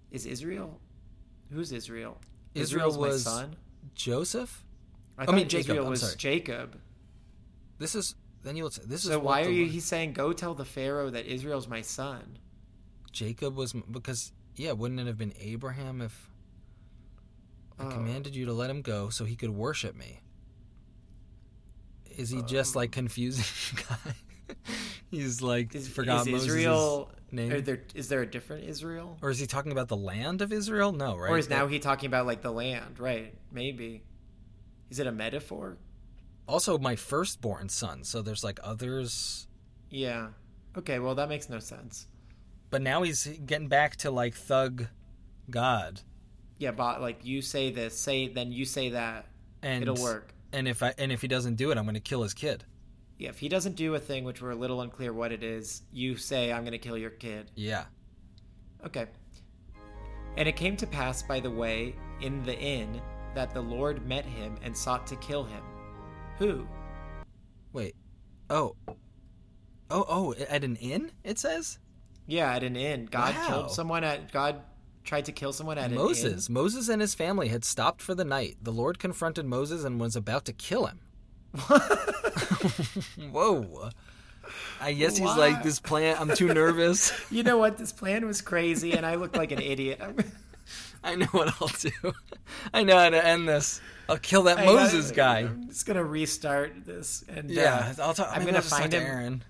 Is Israel? Who's Israel? Israel Israel's was- my son. Joseph? I, mean, thought Jacob, Israel I'm was sorry. Jacob. This is then you'll say this is So what why the are you? Lord- He's saying, "Go tell the Pharaoh that Israel's my son." Jacob was m- because yeah, wouldn't it have been Abraham if I Oh. commanded you to let him go so he could worship me? Is he just Um. like confusing guy? he's like Is, forgot is Moses' Israel? name, Are there, is there a different Israel? or is he talking about the land of Israel? No, right? Or is now he talking about like the land? Right? Maybe. Is it a metaphor? also my firstborn son? So there's like others, Yeah. Okay. Well, that makes no sense. but now he's getting back to like thug God. Yeah, but like you say this, say then you say that. And It'll work. And if I and if he doesn't do it, I'm going to kill his kid. Yeah, if he doesn't do a thing, which we're a little unclear what it is, you say, "I'm going to kill your kid." Yeah. Okay. And it came to pass by the way in the inn that the Lord met him and sought to kill him. Who? Wait. Oh. Oh, oh, at an inn, it says? Yeah, at an inn. God Wow. killed someone at God tried to kill someone at an inn. Moses. Moses and his family had stopped for the night. The Lord confronted Moses and was about to kill him. Whoa. I guess he's like, Why? this plan, I'm too nervous. You know what? This plan was crazy and I looked like an idiot. I know what I'll do. I know how to end this. I'll kill that Moses guy. I'm just gonna restart this and Yeah, yeah, I'll talk. I'm maybe gonna I'll just talk find to him. Aaron.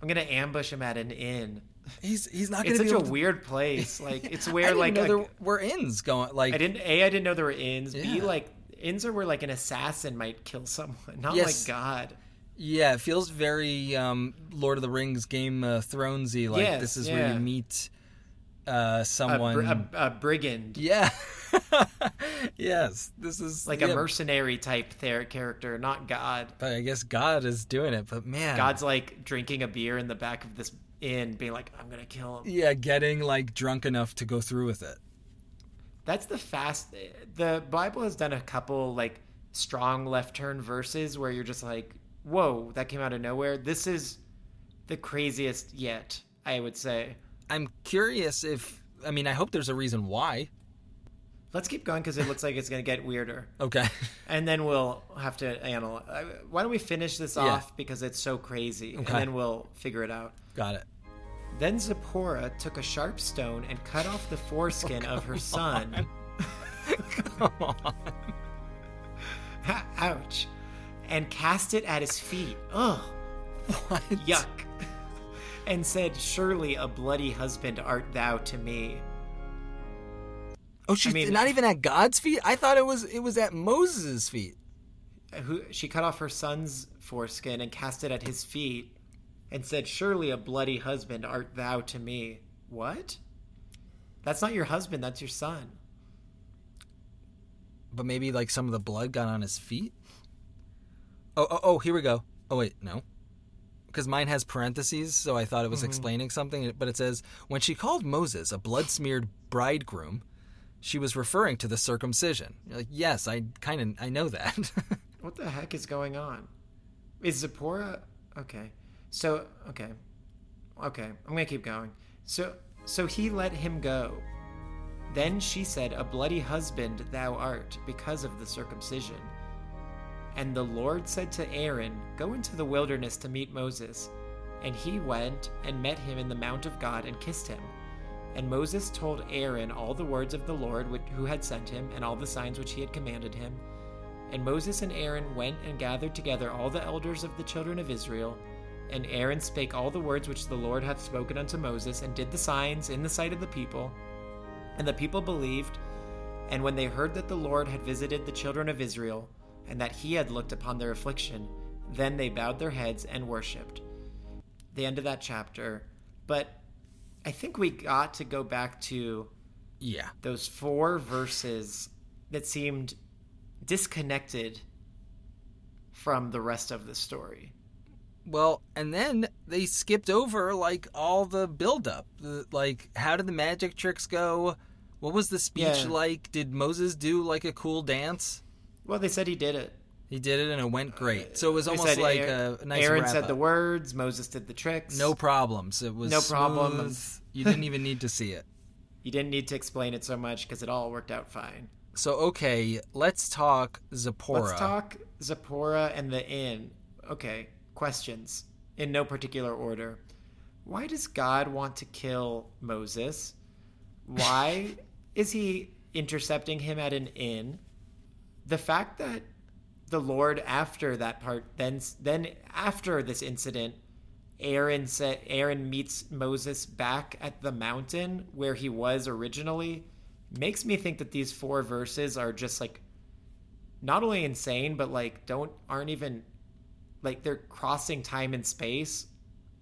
I'm gonna ambush him at an inn. He's he's not It's gonna such be a able to- weird place. Like it's I where didn't like know a- there were inns going. Like I didn't. A. I didn't know there were inns. B. Yeah. Like inns are where like an assassin might kill someone. Not Yes. like God. Yeah, it feels very um, Lord of the Rings, Game of Thronesy. Like Yes, this is where yeah. you meet A, uh, br- someone. a, a brigand, Yeah. yes, this is like yeah, a mercenary type ther- character, not God. But I guess God is doing it. But man, God's like drinking a beer in the back of this inn, being like, "I'm gonna kill him." yeah, getting like drunk enough to go through with it. That's the fast. The Bible has done a couple like strong left turn verses where you're just like, "Whoa, that came out of nowhere." This is the craziest yet. I would say. I'm curious if I mean I hope there's a reason why. Let's keep going because it looks like it's going to get weirder. Okay. And then we'll have to analyze. Why don't we finish this off because it's so crazy, Okay. and then we'll figure it out. Got it. Then Zipporah took a sharp stone and cut off the foreskin of her son. Come on. Ouch! And cast it at his feet. Ugh! What? Yuck! and said, "Surely a bloody husband art thou to me." Oh, I she's mean- not even at God's feet. I thought it was it was at Moses' feet. who she cut off her son's foreskin and cast it at his feet and said surely a bloody husband art thou to me what that's not your husband that's your son But maybe like some of the blood got on his feet. Oh, oh, oh here we go. Oh wait, no. Because mine has parentheses, so I thought it was Mm-hmm. explaining something. But it says when she called Moses a blood smeared bridegroom, she was referring to the circumcision. You're like, yes, I kind of I know that. what the heck is going on is zipporah okay so okay okay i'm gonna keep going so so he let him go then she said a bloody husband thou art because of the circumcision And the Lord said to Aaron, Go into the wilderness to meet Moses. And he went and met him in the mount of God and kissed him. And Moses told Aaron all the words of the Lord which- who had sent him, and all the signs which he had commanded him. And Moses and Aaron went and gathered together all the elders of the children of Israel. And Aaron spake all the words which the Lord hath spoken unto Moses, and did the signs in the sight of the people. And the people believed, and when they heard that the Lord had visited the children of Israel, and that he had looked upon their affliction, then they bowed their heads and worshipped. The end of that chapter. But I think we got to go back to yeah. those four verses that seemed disconnected from the rest of the story. Well, and then they skipped over like all the buildup. The- Like, how did the magic tricks go? What was the speech Yeah. like? Did Moses do like a cool dance? Well, they said he did it. He did it, and it went great. So it was They almost said like Aaron, a nice. Aaron wrap said up. the words, Moses did the tricks. No problems. It was No problem. smooth. You didn't even need to see it. You didn't need to explain it so much because it all worked out fine. So okay, let's talk Zipporah. Let's talk Zipporah and the inn. Okay, questions in no particular order. Why does God want to kill Moses? Why is he intercepting him at an inn? The fact that the Lord after that part then then after this incident Aaron said Aaron meets Moses back at the mountain where he was originally makes me think that these four verses are just like not only insane but like don't aren't even like they're crossing time and space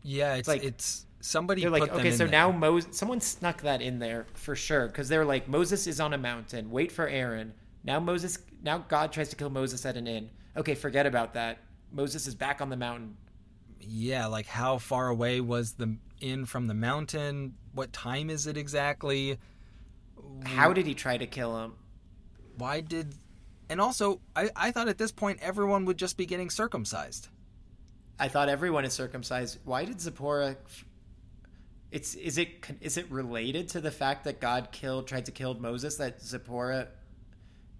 Yeah, it's like- it's somebody. they're like put them okay in so there. now moses someone snuck that in there for sure because they're like moses is on a mountain wait for aaron now moses now god tries to kill moses at an inn okay forget about that moses is back on the mountain yeah, like how far away was the inn from the mountain? What time is it exactly? Mm. how did he try to kill him Why did? And also, I, I thought at this point everyone would just be getting circumcised. i thought everyone is circumcised why did zipporah f- it's is it con- is it related to the fact that god killed tried to kill moses that zipporah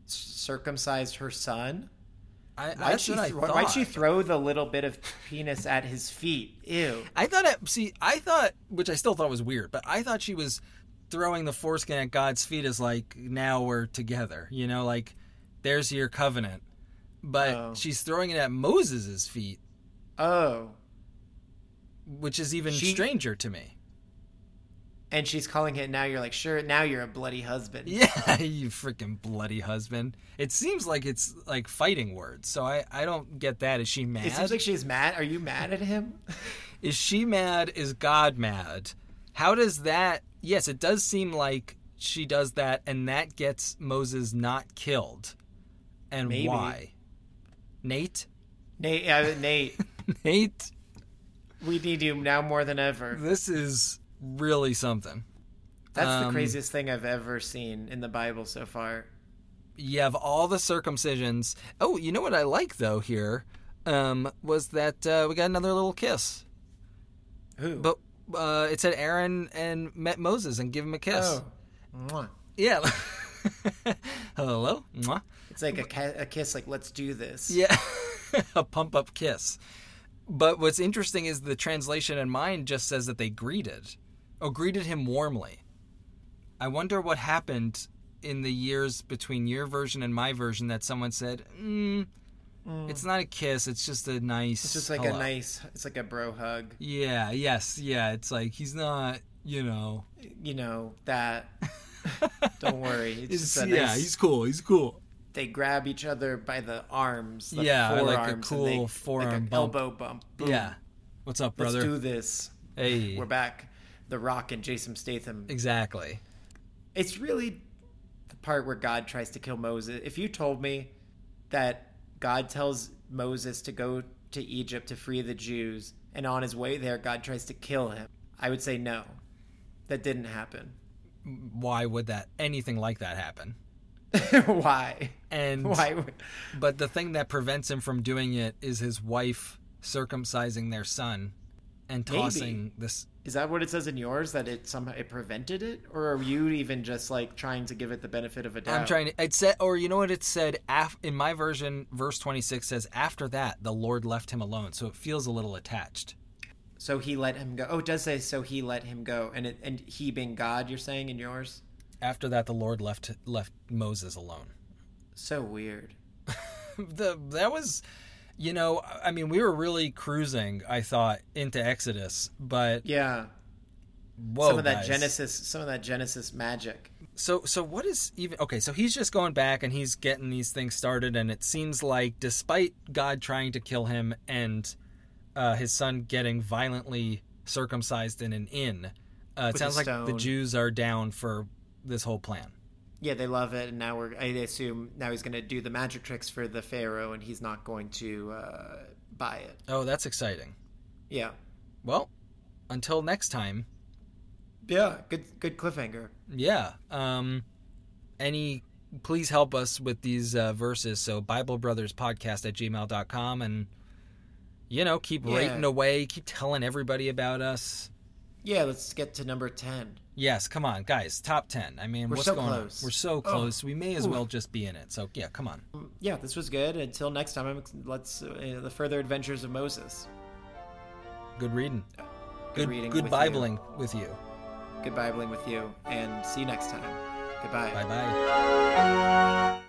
s- circumcised her son I, Why'd that's she, what I thro- thought. why'd she throw the little bit of penis at his feet? Ew. I thought it, see, I thought, which I still thought was weird, but I thought she was throwing the foreskin at God's feet as like, now we're together, you know, like, there's your covenant. But Oh. she's throwing it at Moses' feet, Oh. which is even She- stranger to me. And she's calling it now. You're like, sure, now you're a bloody husband. Yeah, you freaking bloody husband. It seems like it's like fighting words, so I, I don't get that. Is she mad? It seems like she's mad. Are you mad at him? is she mad? Is God mad? How does that? Yes, it does seem like she does that, and that gets Moses not killed. And Maybe. why? Nate? Nate, uh, Nate, Nate, we need you now more than ever. this is really something. That's the Um, craziest thing I've ever seen in the Bible so far. you have all the circumcisions. Oh, you know what I like though here um, was that uh, we got another little kiss, Who? but uh, it said Aaron and met Moses and give him a kiss. oh. Mwah. Yeah, Hello? Mwah. It's like a, ca- a kiss, like, let's do this. Yeah. a pump up kiss. But what's interesting is the translation in mine just says that they greeted or greeted him warmly. I wonder what happened in the years between your version and my version that someone said, mm, it's not a kiss, it's just a nice. It's just like hello." a nice, it's like a bro hug, Yeah, yes, yeah. It's like he's not, you know. you know, that. Don't worry. It's, just a yeah, nice, he's cool, he's cool. they grab each other by the arms. The Yeah, like a forearms, and cool they- forearm like a bump. elbow bump. Boom. Yeah. What's up, let's brother? do this. hey. We're back. The Rock and Jason Statham. Exactly. It's really the part where God tries to kill Moses. If you told me that God tells Moses to go to Egypt to free the Jews, and on his way there, God tries to kill him, I would say no. That didn't happen. Why would that anything like that happen? Why? And Why? would- But the thing that prevents him from doing it is his wife circumcising their son and Maybe. tossing this. Is that what it says in yours? That it somehow it prevented it, or are you even just like trying to give it the benefit of a doubt? I'm trying to. It said, or you know what it said? Af, in my version, verse 26 says, After that, the Lord left him alone. So it feels a little attached. So he let him go. Oh, it does say so he let him go, and it, and he being God, you're saying in yours. After that, the Lord left left Moses alone. So weird. the that was you know i mean we were really cruising i thought into exodus but Yeah, whoa some of that guys. Genesis, some of that Genesis magic. so so what is even okay so he's just going back and he's getting these things started and it seems like despite god trying to kill him and uh, his son getting violently circumcised in an inn uh, it a sounds like the stone. jews are down for this whole plan Yeah, they love it, and now we're. I assume now he's going to do the magic tricks for the Pharaoh, and he's not going to uh, buy it. oh that's exciting Yeah, well until next time yeah. Good, good cliffhanger. Yeah. Um, any, please help us with these uh, verses. So Bible Brothers Podcast at gmail.com and, you know, keep Yeah. rating away. Keep telling everybody about us. Yeah, let's get to number ten. Yes, come on, guys. Top 10. I mean, We're what's so going close. Oh. on? We're so close. we may as well just be in it. So, yeah, come on. Yeah, this was good. Until next time, I'm, ex- let's uh, the further adventures of Moses. Good reading. Good, reading good with you. Bibling with you. Good bibling with you, and see you next time. Goodbye. Bye bye.